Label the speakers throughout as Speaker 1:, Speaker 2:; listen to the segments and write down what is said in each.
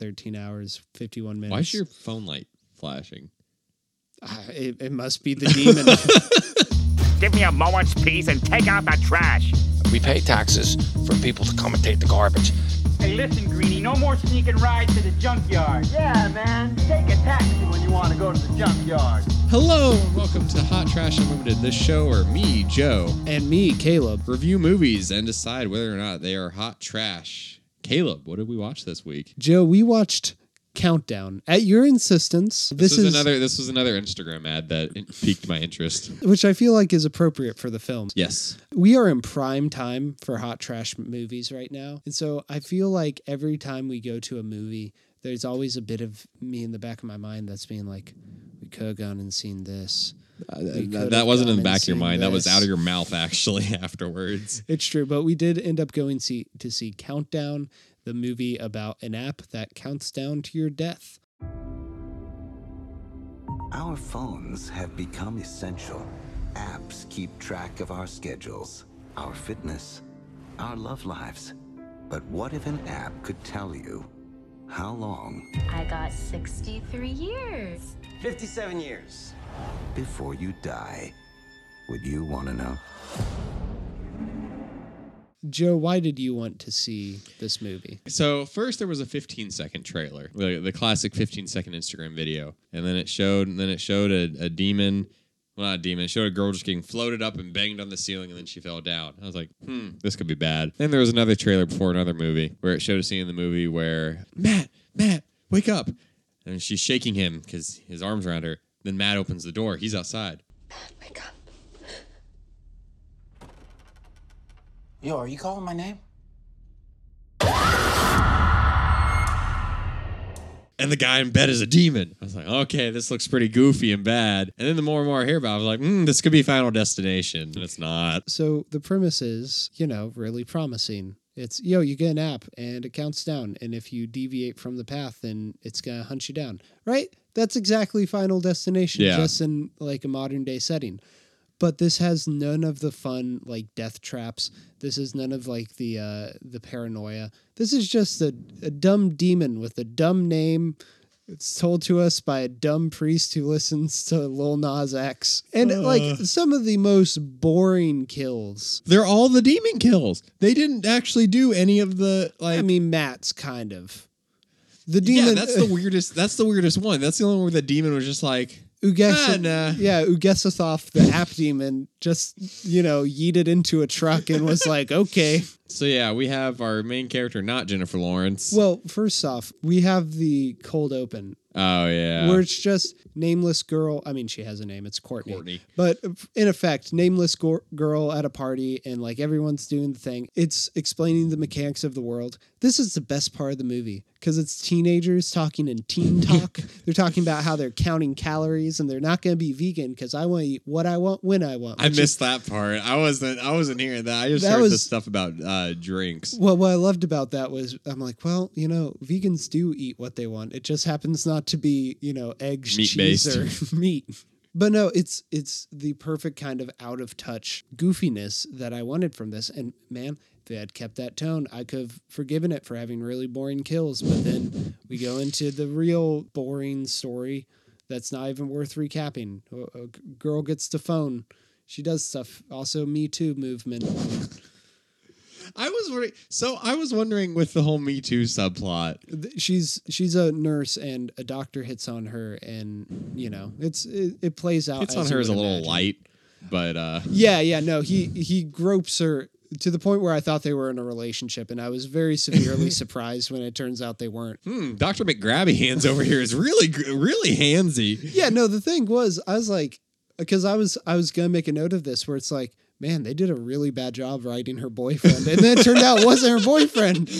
Speaker 1: 13 hours, 51 minutes.
Speaker 2: Why is your phone light flashing?
Speaker 1: Ah, It, it must be the demon.
Speaker 3: Give me a moment's peace and take out the trash.
Speaker 4: We pay taxes for people to come and take the garbage.
Speaker 5: Hey, listen, Greenie, no more sneaking rides to the junkyard. Yeah, man, take a taxi when you want to go to the junkyard.
Speaker 2: Hello and welcome to Hot Trash Unlimited, this show where me, Joe,
Speaker 1: and me, Caleb.
Speaker 2: review movies and decide whether or not they are hot trash. Caleb, what did we watch this week?
Speaker 1: Joe, we watched Countdown at your insistence. This,
Speaker 2: This, was another this was another Instagram ad that in- piqued my interest.
Speaker 1: which I feel like is appropriate for the film.
Speaker 2: Yes.
Speaker 1: We are in prime time for hot trash movies right now. And so I feel like every time we go to a movie, there's always a bit of me in the back of my mind that's being like, we could have gone and seen this. We
Speaker 2: Uh, that,
Speaker 1: could've
Speaker 2: that wasn't in
Speaker 1: gone
Speaker 2: the
Speaker 1: and
Speaker 2: back of your
Speaker 1: seen
Speaker 2: mind. That was
Speaker 1: this.
Speaker 2: out of your mouth actually afterwards.
Speaker 1: It's true, but we did end up going see to see Countdown, the movie about an app that counts down to your death.
Speaker 6: Our phones have become essential. Apps keep track of our schedules, our fitness, our love lives. But what if an app could tell you how long
Speaker 7: I got 63 years.
Speaker 8: 57 years.
Speaker 6: before you die? Would you want to know?
Speaker 1: Joe, why did you want to see this movie?
Speaker 2: So first there was a 15 second trailer, the, the classic 15 second Instagram video, and then it showed, and then it showed a, a demon, well not a demon, it showed a girl just getting floated up and banged on the ceiling, and then she fell down. I was like, hmm, this could be bad. Then there was another trailer before another movie where it showed a scene in the movie where Matt, Matt, wake up, and she's shaking him because his arms around her. Then Matt opens the door. He's outside.
Speaker 8: Yo, are you calling my name?
Speaker 2: and the guy in bed is a demon. I was like, okay, this looks pretty goofy and bad. And then the more and more I hear about it, I was like, mm, this could be Final Destination. And it's not.
Speaker 1: So the premise is, you know, really promising. It's yo, you get an app and it counts down, and if you deviate from the path, then it's gonna hunt you down. Right? That's exactly Final Destination,
Speaker 2: Yeah.
Speaker 1: just in like a modern day setting. But this has none of the fun like death traps. This is none of like the uh, the paranoia. This is just a, a dumb demon with a dumb name. It's told to us by a dumb priest who listens to Lil Nas X, and
Speaker 2: Uh.
Speaker 1: like some of the most boring kills.
Speaker 2: They're all the demon kills. They didn't actually do any of the like.
Speaker 1: I mean, Matt's kind of the demon.
Speaker 2: yeah, that's the weirdest. That's the weirdest one. That's the only one where the demon was just like,
Speaker 1: Ugeseth,
Speaker 2: Ah, nah.
Speaker 1: yeah, Ugesathoth, the app demon, just you know, yeeted into a truck and was like, "Okay."
Speaker 2: so yeah, we have our main character, not Jennifer Lawrence.
Speaker 1: Well, first off, we have the cold open
Speaker 2: oh yeah,
Speaker 1: where it's just nameless girl. I mean, she has a name. It's Courtney.
Speaker 2: Courtney.
Speaker 1: But in effect, nameless gor girl at a party, and like everyone's doing the thing. It's explaining the mechanics of the world. This is the best part of the movie because it's teenagers talking in teen talk. they're talking about how they're counting calories and they're not going to be vegan because I want to eat what I want when I want.
Speaker 2: I
Speaker 1: which is-
Speaker 2: missed that part. I wasn't. I wasn't hearing that. I just
Speaker 1: That
Speaker 2: heard the
Speaker 1: was-
Speaker 2: stuff about uh, drinks.
Speaker 1: Well, what I loved about that was I'm like, well, you know, vegans do eat what they want. It just happens not to be, you know, eggs,
Speaker 2: Meat-based.
Speaker 1: cheese, or meat. But no, it's it's the perfect kind of out of touch goofiness that I wanted from this. And man, if they had kept that tone, I could have forgiven it for having really boring kills. But then we go into the real boring story that's not even worth recapping. A- A g- girl gets the phone. She does stuff. Also, Me Too movement.
Speaker 2: I was wondering. So I was wondering with the whole Me Too subplot.
Speaker 1: th- she's she's a nurse and a doctor hits on her and you know it's it, it plays out
Speaker 2: It's on
Speaker 1: you
Speaker 2: her as a
Speaker 1: would
Speaker 2: little
Speaker 1: imagine.
Speaker 2: light, but uh,
Speaker 1: yeah yeah no he he gropes her to the point where i thought they were in a relationship and i was very severely surprised when it turns out they weren't
Speaker 2: hmm, Dr. McGrabby hands over here is really, gr- really handsy.
Speaker 1: yeah no the thing was i was like because i was i was gonna make a note of this where it's like man they did a really bad job writing her boyfriend and then it turned out it wasn't her boyfriend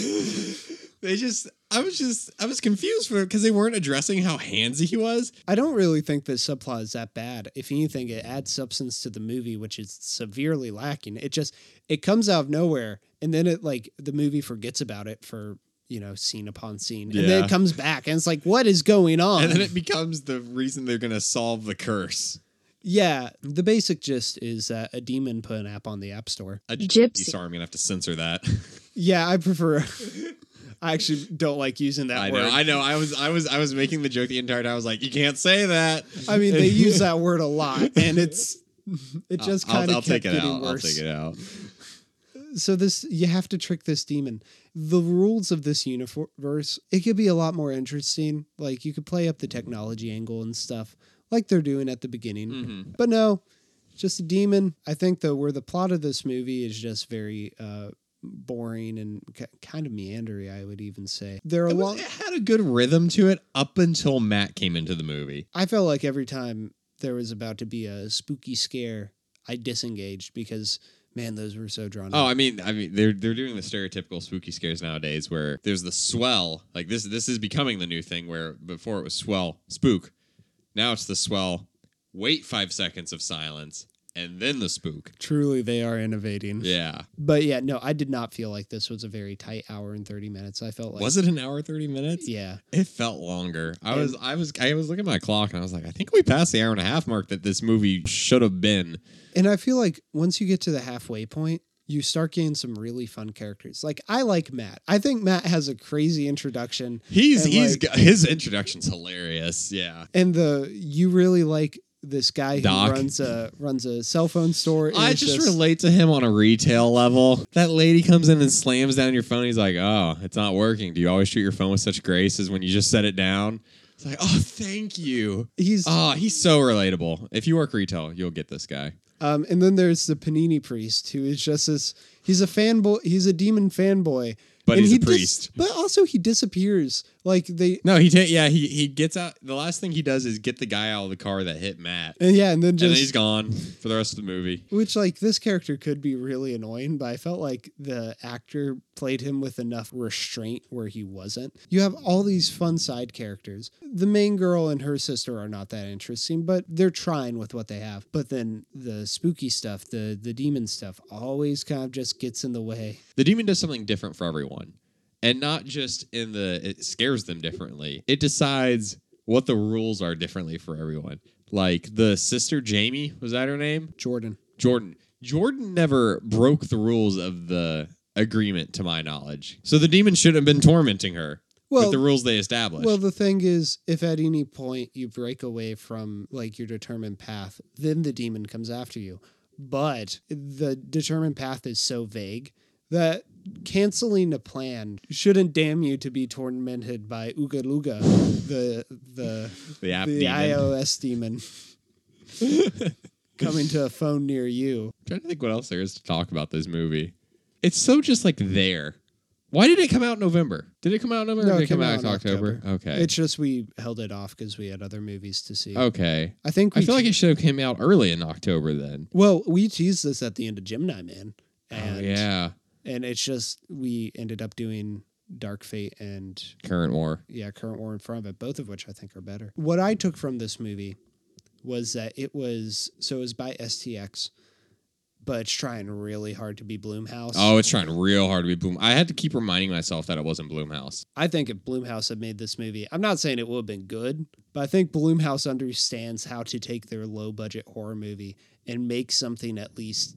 Speaker 2: They just, I was just, I was confused for because they weren't addressing how handsy he was.
Speaker 1: I don't really think this subplot is that bad. If anything, it adds substance to the movie, which is severely lacking. It just it comes out of nowhere, and then it like the movie forgets about it for you know scene upon scene, and then
Speaker 2: Yeah.
Speaker 1: it comes back, and it's like, what is going on?
Speaker 2: And then it becomes the reason they're going to solve the curse.
Speaker 1: yeah, the basic gist is that a demon put an app on the app store.
Speaker 2: A
Speaker 7: Gypsy.
Speaker 2: Sorry, I'm going to have to censor that.
Speaker 1: Yeah, I prefer. I actually don't like using that
Speaker 2: I
Speaker 1: word.
Speaker 2: know, I know. I was, I was, I was making the joke the entire time. I was like, you can't say that.
Speaker 1: I mean, they use that word a lot, and it's it just
Speaker 2: I'll-
Speaker 1: kind
Speaker 2: I'll
Speaker 1: of kept
Speaker 2: take it
Speaker 1: getting
Speaker 2: out.
Speaker 1: worse.
Speaker 2: I'll take it out.
Speaker 1: So this you have to trick this demon. The rules of this universe it could be a lot more interesting. Like you could play up the technology angle and stuff, like they're doing at the beginning.
Speaker 2: Mm-hmm.
Speaker 1: But no, just a demon. I think though, where the plot of this movie is just very. uh boring and ki kind of meandering i would even say there are
Speaker 2: It,
Speaker 1: a
Speaker 2: was,
Speaker 1: lot
Speaker 2: it had a good rhythm to it up until Matt came into the movie.
Speaker 1: I felt like every time there was about to be a spooky scare, I disengaged because man, those were so drawn.
Speaker 2: Oh,
Speaker 1: out.
Speaker 2: I mean, I mean, they're they're doing the stereotypical spooky scares nowadays, where there's the swell. Like this, this is becoming the new thing. Where before it was swell, spook. Now it's the swell. Wait five seconds of silence, and then the spook.
Speaker 1: truly they are innovating.
Speaker 2: Yeah.
Speaker 1: But yeah, no, I did not feel like this was a very tight hour and thirty minutes. I felt like
Speaker 2: was it an hour thirty minutes?
Speaker 1: Yeah,
Speaker 2: It felt longer. I was, I was, I was looking at my clock, and I was like, I think we passed the hour and a half mark that this movie should have been.
Speaker 1: and I feel like once you get to the halfway point. You start getting some really fun characters. Like I like Matt. I think Matt has a crazy introduction.
Speaker 2: He's
Speaker 1: and,
Speaker 2: he's
Speaker 1: like-
Speaker 2: got- his introduction's hilarious. Yeah.
Speaker 1: and the you really like this guy who
Speaker 2: Doc.
Speaker 1: runs a runs a cell phone store. and
Speaker 2: I
Speaker 1: is
Speaker 2: just relate to him on a retail level. That lady comes in and slams down your phone. He's like, "Oh, it's not working. Do you always shoot your phone with such grace as when you just set it down?" It's like, "Oh, thank you."
Speaker 1: He's
Speaker 2: Oh, he's so relatable. If you work retail, you'll get this guy.
Speaker 1: Um, and then there's the Panini priest, who is just this. He's a fanboy. He's a demon fanboy.
Speaker 2: But
Speaker 1: And
Speaker 2: he's a
Speaker 1: he dis-
Speaker 2: priest.
Speaker 1: but also he disappears. Like they.
Speaker 2: No, he ta- yeah, he he gets out. The last thing he does is get the guy out of the car that hit Matt, and
Speaker 1: And yeah, and then
Speaker 2: then
Speaker 1: just
Speaker 2: he's gone for the rest of the movie.
Speaker 1: which like this character could be really annoying, but I felt like the actor played him with enough restraint where he wasn't. You have all these fun side characters. The main girl and her sister are not that interesting, but they're trying with what they have. But then the spooky stuff, the the demon stuff, always kind of just gets in the way.
Speaker 2: The demon does something different for everyone. And not just in the it scares them differently. It decides what the rules are differently for everyone. Like the sister Jamie, was that her name?
Speaker 1: Jordan.
Speaker 2: Jordan. Jordan never broke the rules of the agreement to my knowledge. So the demon shouldn't have been tormenting her
Speaker 1: Well-
Speaker 2: with the rules they established.
Speaker 1: Well, the thing is, if at any point you break away from like your determined path, then the demon comes after you. But the determined path is so vague that canceling a plan shouldn't damn you to be tormented by Uga Luga, the the
Speaker 2: the app
Speaker 1: the
Speaker 2: demon.
Speaker 1: iOS demon coming to a phone near you.
Speaker 2: trying to think what else there is to talk about this movie. It's so just like there. Why did it come out in November? Did it come out in November? or did it come out, in
Speaker 1: in
Speaker 2: October? Okay.
Speaker 1: It's just we held it off because we had other movies to see.
Speaker 2: okay.
Speaker 1: I think
Speaker 2: I
Speaker 1: we
Speaker 2: feel like it should have came out early in October then.
Speaker 1: Well, we teased this at the end of Gemini Man, and
Speaker 2: oh yeah,
Speaker 1: and it's just we ended up doing Dark Fate and
Speaker 2: current war.
Speaker 1: yeah, Current War in front of it, both of which I think are better. What I took from this movie was that it was so it was by STX, but it's trying really hard to be Bloomhouse.
Speaker 2: Oh, it's trying real hard to be Bloom. I had to keep reminding myself that it wasn't Bloomhouse.
Speaker 1: I think if Bloomhouse had made this movie, I'm not saying it would have been good, but I think Bloomhouse understands how to take their low budget horror movie and make something at least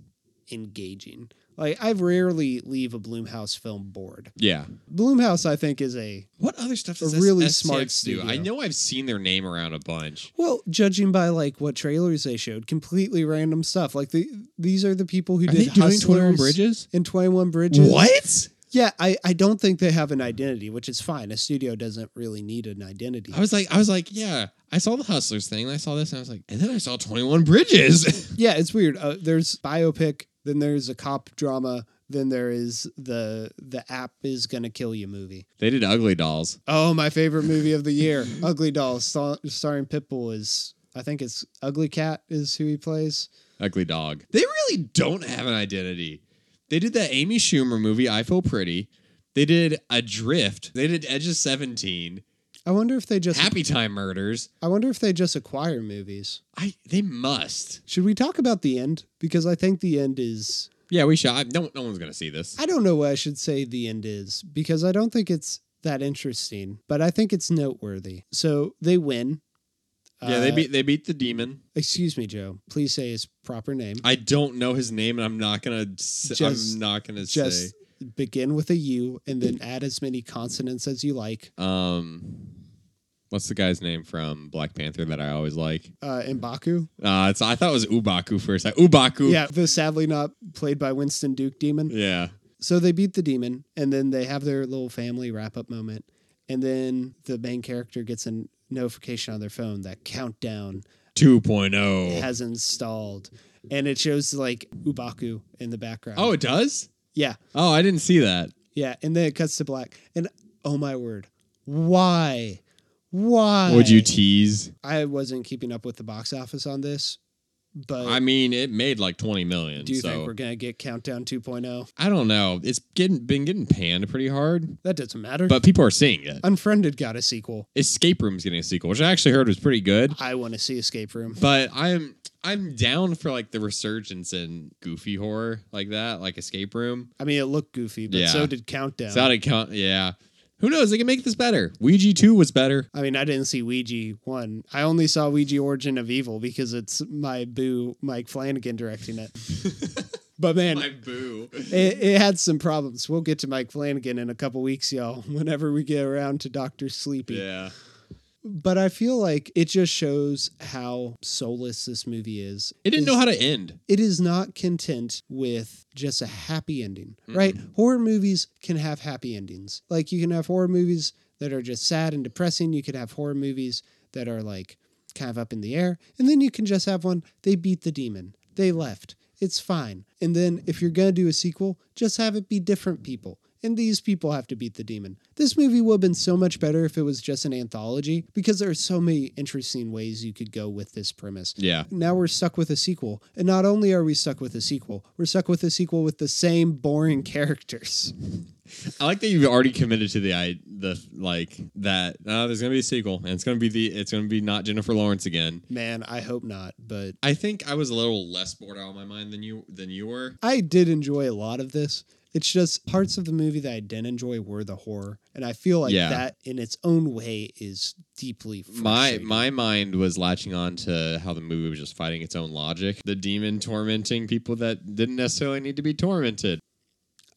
Speaker 1: engaging. Like I rarely leave a Bloomhouse film bored.
Speaker 2: Yeah.
Speaker 1: Bloomhouse, I think, is a
Speaker 2: What other stuff
Speaker 1: A
Speaker 2: does really
Speaker 1: really
Speaker 2: S-
Speaker 1: smart
Speaker 2: STX do? I
Speaker 1: studio.
Speaker 2: know I've seen their name around a bunch.
Speaker 1: well, judging by like what trailers they showed, completely random stuff. Like the these are the people who
Speaker 2: Are
Speaker 1: did
Speaker 2: they doing 21
Speaker 1: Hustlers
Speaker 2: Bridges?
Speaker 1: and Twenty One Bridges.
Speaker 2: What?
Speaker 1: Yeah, I, I don't think they have an identity, which is fine. A studio doesn't really need an identity.
Speaker 2: I was like, I was like, yeah. I saw the Hustlers thing. And I saw this, and I was like, and then I saw Twenty One Bridges.
Speaker 1: Yeah, it's weird. Uh, there's biopic, then there's a cop drama, then there is the the app is gonna kill you movie.
Speaker 2: they did Ugly Dolls.
Speaker 1: Oh, my favorite movie of the year, Ugly Doll, star- starring Pitbull is I think it's Ugly Cat is who he plays.
Speaker 2: Ugly Dog. They really don't have an identity. They did that Amy Schumer movie, I Feel Pretty. They did Adrift. They did Edge of 17.
Speaker 1: I wonder if they just
Speaker 2: Happy Time Murders.
Speaker 1: I wonder if they just acquire movies.
Speaker 2: I they must.
Speaker 1: Should we talk about the end? Because I think the end is
Speaker 2: Yeah, we should. I, no, no one's gonna see this.
Speaker 1: I don't know what I should say the end is because I don't think it's that interesting, but I think it's noteworthy. So they win.
Speaker 2: yeah, they
Speaker 1: Uh,
Speaker 2: beat they beat the demon.
Speaker 1: Excuse me, Joe. Please say his proper name.
Speaker 2: I don't know his name, and I'm not gonna. s
Speaker 1: Just-
Speaker 2: I'm not gonna
Speaker 1: Just
Speaker 2: say.
Speaker 1: begin with a U and then add as many consonants as you like.
Speaker 2: Um, what's the guy's name from Black Panther that I always like?
Speaker 1: Uh, Mbaku.
Speaker 2: Uh, it's, I thought it was Ubaku for a sec. Ubaku.
Speaker 1: Yeah, the sadly not played by Winston Duke Demon.
Speaker 2: Yeah.
Speaker 1: So they beat the demon, and then they have their little family wrap up moment, and then the main character gets a notification on their phone that countdown
Speaker 2: 2.0.
Speaker 1: has installed, and it shows like Ubaku in the background.
Speaker 2: oh, it does?
Speaker 1: yeah,
Speaker 2: Oh, I didn't see that.
Speaker 1: yeah, and then it cuts to black, and oh my word, why, why
Speaker 2: Would you tease?
Speaker 1: I wasn't keeping up with the box office on this, but
Speaker 2: I mean, it made like 20 million.
Speaker 1: do you
Speaker 2: so
Speaker 1: think we're gonna get countdown oh? 2.0?
Speaker 2: I don't know. It's getting been getting panned pretty hard,
Speaker 1: That doesn't matter.
Speaker 2: but people are seeing it.
Speaker 1: Unfriended got a sequel.
Speaker 2: Escape Room's getting a sequel, which I actually heard was pretty good.
Speaker 1: I want to see Escape Room.
Speaker 2: But I'm I'm down for like the resurgence in goofy horror like that, like Escape Room.
Speaker 1: I mean, it looked goofy, but
Speaker 2: Yeah.
Speaker 1: so did Countdown.
Speaker 2: So Sounded count. Yeah. Who knows? They can make this better. Ouija two was better.
Speaker 1: I mean, I didn't see Ouija one. I only saw Ouija Origin of Evil because it's my boo Mike Flanagan directing it. but man,
Speaker 2: boo.
Speaker 1: it, it had some problems. We'll get to Mike Flanagan in a couple weeks, y'all. Whenever we get around to Doctor Sleepy.
Speaker 2: Yeah.
Speaker 1: But I feel like it just shows how soulless this movie is.
Speaker 2: It
Speaker 1: Is-
Speaker 2: didn't know how to end.
Speaker 1: it is not content with just a happy ending, right? Horror movies can have happy endings. Like you can have horror movies that are just sad and depressing. You could have horror movies that are like kind of up in the air. And then you can just have one they beat the demon, they left. It's fine. And then if you're going to do a sequel, just have it be different people. And these people have to beat the demon. This movie would have been so much better if it was just an anthology because there are so many interesting ways you could go with this premise
Speaker 2: Yeah.
Speaker 1: now we're stuck with a sequel. And not only are we stuck with a sequel, we're stuck with a sequel with the same boring characters.
Speaker 2: I like that you've already committed to the I the like that. Uh, there's gonna be a sequel, and it's gonna be the it's gonna be not Jennifer Lawrence again.
Speaker 1: Man, I hope not, but
Speaker 2: I think I was a little less bored out of my mind than you than you were.
Speaker 1: I did enjoy a lot of this. It's just parts of the movie that I didn't enjoy were the horror, and I feel like
Speaker 2: Yeah.
Speaker 1: that in its own way is deeply
Speaker 2: My
Speaker 1: frustrating.
Speaker 2: my mind was latching on to how the movie was just fighting its own logic. The demon tormenting people that didn't necessarily need to be tormented.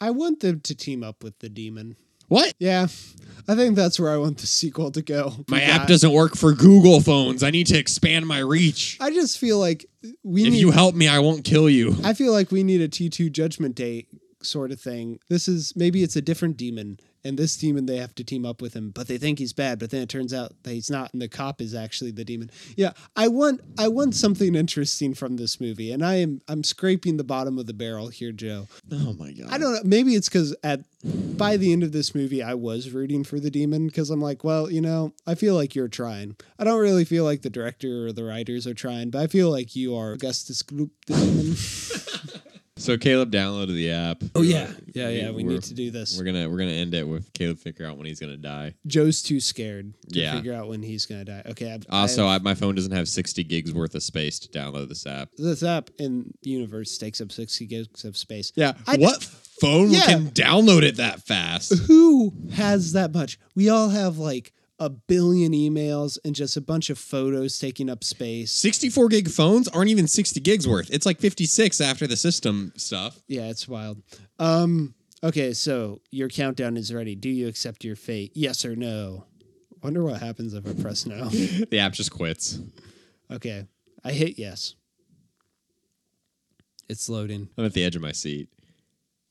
Speaker 1: I want them to team up with the demon.
Speaker 2: What?
Speaker 1: Yeah, I think that's where I want the sequel to go.
Speaker 2: My
Speaker 1: Yeah.
Speaker 2: app doesn't work for Google phones. I need to expand my reach.
Speaker 1: I just feel like we
Speaker 2: If
Speaker 1: need
Speaker 2: you help me, I won't kill you.
Speaker 1: I feel like we need a T2 Judgment Day sort of thing. This is maybe it's a different demon, and this demon they have to team up with him, but they think he's bad, but then it turns out that he's not, and the cop is actually the demon. Yeah, I want I want something interesting from this movie, and I am I'm scraping the bottom of the barrel here, Joe.
Speaker 2: Oh my god.
Speaker 1: I don't know. Maybe it's because at by the end of this movie, I was rooting for the demon because I'm like, well, you know, I feel like you're trying. I don't really feel like the director or the writers are trying, but I feel like you are Augustus Gloop, the demon.
Speaker 2: So Caleb downloaded the app.
Speaker 1: Oh yeah, yeah,
Speaker 2: we-
Speaker 1: yeah. We
Speaker 2: we're-
Speaker 1: need to do this.
Speaker 2: We're gonna we're gonna end it with Caleb figure out when he's gonna die.
Speaker 1: Joe's too scared to
Speaker 2: Yeah.
Speaker 1: figure out when he's gonna die. Okay. I've,
Speaker 2: Also,
Speaker 1: I've-
Speaker 2: I, my phone doesn't have 60 gigs worth of space to download this app.
Speaker 1: this app in universe takes up sixty gigs of space. I-
Speaker 2: what phone
Speaker 1: Yeah.
Speaker 2: can download it that fast?
Speaker 1: Who has that much? We all have like a billion emails and just a bunch of photos taking up space.
Speaker 2: 64 gig phones aren't even 60 gigs worth. It's like 56 after the system stuff.
Speaker 1: Yeah, it's wild. Um. Okay, so your countdown is ready. Do you accept your fate? Yes or no? Wonder what happens if I press no.
Speaker 2: The app just quits. I'm
Speaker 1: okay, I hit yes. It's loading.
Speaker 2: at the edge of my seat.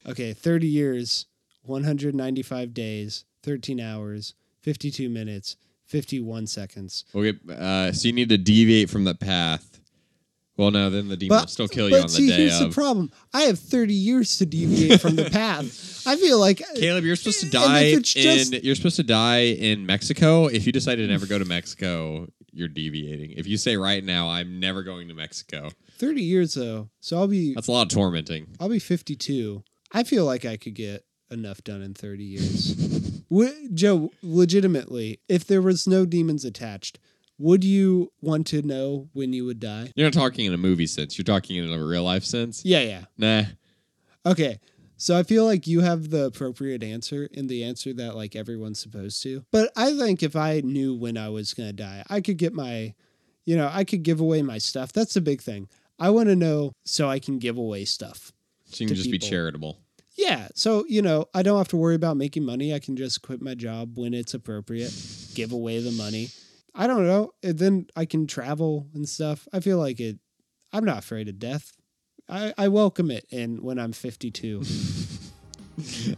Speaker 1: Okay, 30 years, 195 days, 13 hours, 52 minutes, 51 seconds.
Speaker 2: Okay, uh, so you need to deviate from the path. Well, no, then the demon will still kill you
Speaker 1: but
Speaker 2: on the
Speaker 1: see,
Speaker 2: day
Speaker 1: here's
Speaker 2: of.
Speaker 1: the problem. I have 30 years to deviate from the path. I feel like uh,
Speaker 2: Caleb, you're supposed to
Speaker 1: And if
Speaker 2: die
Speaker 1: it's just-
Speaker 2: in you're supposed to die in Mexico. If you decide to never go to Mexico, you're deviating. If you say right now, I'm never going to Mexico,
Speaker 1: 30 years though. So I'll be
Speaker 2: that's a lot of tormenting.
Speaker 1: I'll be 52. I feel like I could get enough done in 30 years. Would- Joe, legitimately, if there was no demons attached, would you want to know when you would die?
Speaker 2: You're not talking in a movie sense. You're talking in a real life sense.
Speaker 1: Yeah, yeah.
Speaker 2: Nah.
Speaker 1: Okay. So I feel like you have the appropriate answer and the answer that like everyone's supposed to. But I think if I knew when I was going to die, I could get my you know, I could give away my stuff. That's the big thing. I want to know so I can give away stuff.
Speaker 2: So you
Speaker 1: To
Speaker 2: can just be
Speaker 1: people.
Speaker 2: charitable.
Speaker 1: Yeah. So, you know, I don't have to worry about making money. I can just quit my job when it's appropriate, give away the money. I don't know. And then I can travel and stuff. I feel like it, I'm not afraid of death. I, I welcome it. And when I'm 52,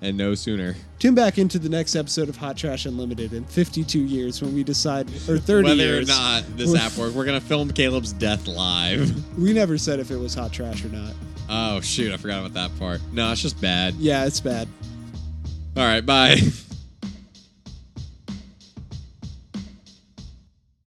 Speaker 2: and no sooner.
Speaker 1: tune back into the next episode of Hot Trash Unlimited in 52 years when we decide, or 30
Speaker 2: Whether
Speaker 1: years.
Speaker 2: or not this app works, we're gonna film Caleb's death live.
Speaker 1: We never said if it was hot trash or not.
Speaker 2: Oh shoot, I forgot about that part. No, it's just bad.
Speaker 1: Yeah, it's bad.
Speaker 2: All right, bye.